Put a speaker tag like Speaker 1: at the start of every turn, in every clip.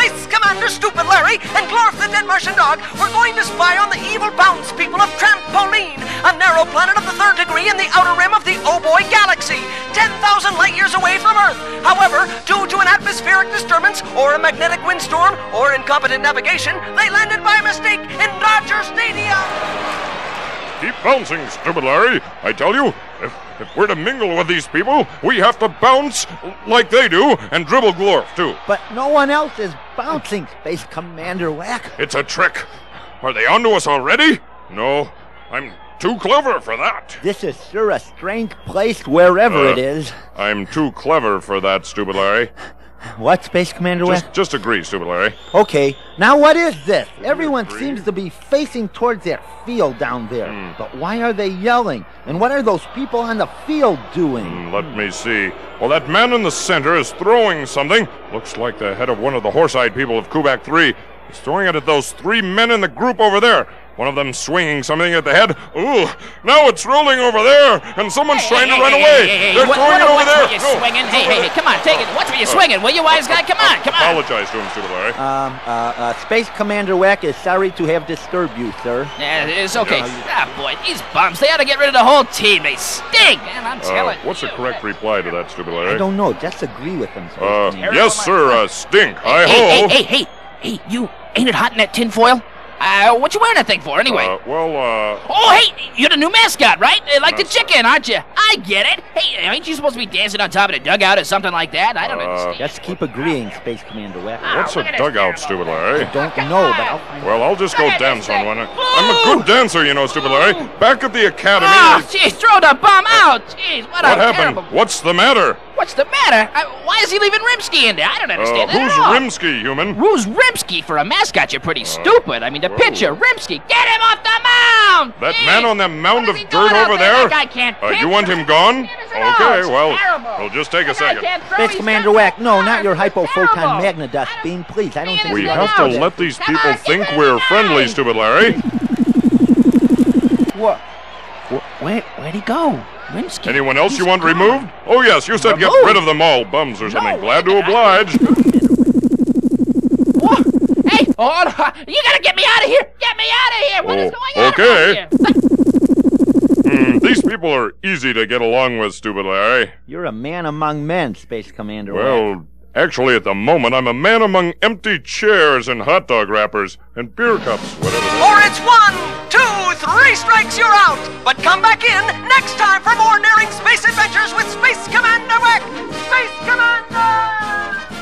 Speaker 1: Dr. Stupid Larry and Glorf the Dead Martian Dog were going to spy on the evil bounce people of Trampoline, a narrow planet of the third degree in the outer rim of the Oh Boy Galaxy, 10,000 light years away from Earth. However, due to an atmospheric disturbance or a magnetic windstorm or incompetent navigation, they landed by mistake in Dodger Stadium.
Speaker 2: Keep bouncing, stupid Larry. I tell you, if, if we're to mingle with these people, we have to bounce like they do and dribble Glorf, too.
Speaker 3: But no one else is bouncing, Space Commander Whack.
Speaker 2: It's a trick. Are they onto us already? No, I'm too clever for that.
Speaker 3: This is sure a strange place wherever
Speaker 2: Uh.
Speaker 3: it is.
Speaker 2: I'm too clever for that, stupid Larry.
Speaker 3: What, Space Commander
Speaker 2: Just,
Speaker 3: Whack?
Speaker 2: just agree, stupid Larry.
Speaker 3: Okay, now what is this? Everyone
Speaker 2: agree?
Speaker 3: seems to be facing towards their field down there.
Speaker 2: Hmm.
Speaker 3: But why are they yelling? And what are those people on the field doing?
Speaker 2: Hmm, Let me see. Well, that man in the center is throwing something. Looks like the head of one of the horse-eyed people of Kubak 3. He's throwing it at those three men in the group over there. One of them swinging something at the head. Ooh, now it's rolling over there, and someone's trying to run away. They're
Speaker 4: what,
Speaker 2: throwing
Speaker 4: what,
Speaker 2: it over
Speaker 4: what's
Speaker 2: there.
Speaker 4: with you
Speaker 2: No,
Speaker 4: swinging? Hey,
Speaker 2: over
Speaker 4: hey, hey,
Speaker 2: there.
Speaker 4: come on, take it. What's with you swinging? Will you, wise guy? Come on, come on.
Speaker 2: Apologize to him, stupid Larry.
Speaker 3: Um, uh, uh, Space Commander Weck is sorry to have disturbed you, sir.
Speaker 4: Yeah, it's okay. Ah, boy, these bums, they ought to get rid of the whole team. They stink, man, I'm
Speaker 2: Uh,
Speaker 4: telling
Speaker 2: what's the
Speaker 4: you.
Speaker 2: correct reply to that, stupid
Speaker 3: I
Speaker 2: Larry?
Speaker 3: don't know. Just agree with him, Space
Speaker 2: Uh,
Speaker 3: Commander.
Speaker 2: yes, sir. Uh, stink. I
Speaker 4: Hey,
Speaker 2: ho.
Speaker 4: hey, hey, hey, hey, you, ain't it hot in that tinfoil? Uh, what you wearing that thing for, anyway?
Speaker 2: Uh, well, uh,
Speaker 4: Oh, hey, you're the new mascot, right? Uh, Like the
Speaker 2: That's right.
Speaker 4: chicken, aren't you? I get it. Hey, ain't you supposed to be dancing on top of the dugout or something like that? I don't
Speaker 2: Uh,
Speaker 4: understand.
Speaker 3: Just keep agreeing, Space Commander Weck.
Speaker 4: Oh,
Speaker 2: what's a dugout, stupid Larry?
Speaker 3: I don't know, but I'll find
Speaker 2: Well, I'll just go
Speaker 4: Look at
Speaker 2: dance
Speaker 4: this
Speaker 2: on
Speaker 4: thing.
Speaker 2: one. I'm a good dancer, you know, stupid Larry. Back at the academy.
Speaker 4: Oh,
Speaker 2: they-
Speaker 4: jeez, throw the bum out. Jeez, what,
Speaker 2: what
Speaker 4: a
Speaker 2: happened?
Speaker 4: terrible...
Speaker 2: What's the matter?
Speaker 4: What's the matter? I, why is he leaving Rimsky in there? I don't
Speaker 2: Uh,
Speaker 4: understand that
Speaker 2: who's
Speaker 4: at all.
Speaker 2: Rimsky, human?
Speaker 4: Who's Rimsky for a mascot? You're pretty stupid. I mean, the
Speaker 2: whoa.
Speaker 4: pitcher, Rimsky. Get him off the mound!
Speaker 2: That
Speaker 4: Jeez.
Speaker 2: man on that mound
Speaker 4: What
Speaker 2: of
Speaker 4: is he
Speaker 2: dirt
Speaker 4: doing out
Speaker 2: over there?
Speaker 4: That guy can't
Speaker 2: Uh,
Speaker 4: pitch.
Speaker 2: you want him gone?
Speaker 4: Oh, It's
Speaker 2: Okay, well,
Speaker 4: terrible.
Speaker 2: it'll just take a
Speaker 4: The guy
Speaker 2: second.
Speaker 4: can't throw.
Speaker 3: Space
Speaker 4: He's
Speaker 3: Commander
Speaker 4: got no
Speaker 3: Weck, no, not
Speaker 4: arms.
Speaker 3: your
Speaker 4: It's
Speaker 3: hyphophotonic
Speaker 4: terrible.
Speaker 3: magnetist
Speaker 4: I don't
Speaker 3: beam, please. I don't
Speaker 4: We
Speaker 3: think
Speaker 2: We
Speaker 3: you
Speaker 2: have to
Speaker 3: know
Speaker 2: let these
Speaker 3: this.
Speaker 2: people think we're friendly, stupid Larry.
Speaker 3: What?
Speaker 4: Where, where'd he go? Rimsky.
Speaker 2: Anyone else
Speaker 4: He's
Speaker 2: you want
Speaker 4: gone.
Speaker 2: removed? Oh, yes, you said get
Speaker 4: Removed?
Speaker 2: rid of them all, bums or something.
Speaker 4: No,
Speaker 2: Glad to
Speaker 4: wait a minute.
Speaker 2: oblige.
Speaker 4: What? Hey, oh, no. you gotta get me out of here! Get me out of here! What is
Speaker 2: Oh,
Speaker 4: going on?
Speaker 2: okay.
Speaker 4: around here?
Speaker 2: Hmm, these people are easy to get along with, stupid Larry.
Speaker 3: You're a man among men, Space Commander Weck.
Speaker 2: Well, actually, at the moment, I'm a man among empty chairs and hot dog wrappers and beer cups, whatever. they-
Speaker 1: Or it's one, two, three strikes, you're out. But come back in next time for more daring space adventures with Space Commander Weck. Space Commander!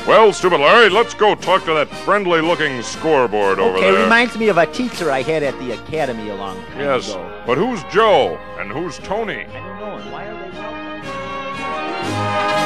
Speaker 2: Well, stupid Larry, let's go talk to that friendly looking scoreboard over
Speaker 3: okay,
Speaker 2: there.
Speaker 3: reminds me of a teacher I had at the academy a long time
Speaker 2: yes,
Speaker 3: ago.
Speaker 2: but who's Joe and who's Tony?
Speaker 3: I don't know, and why are they yelling?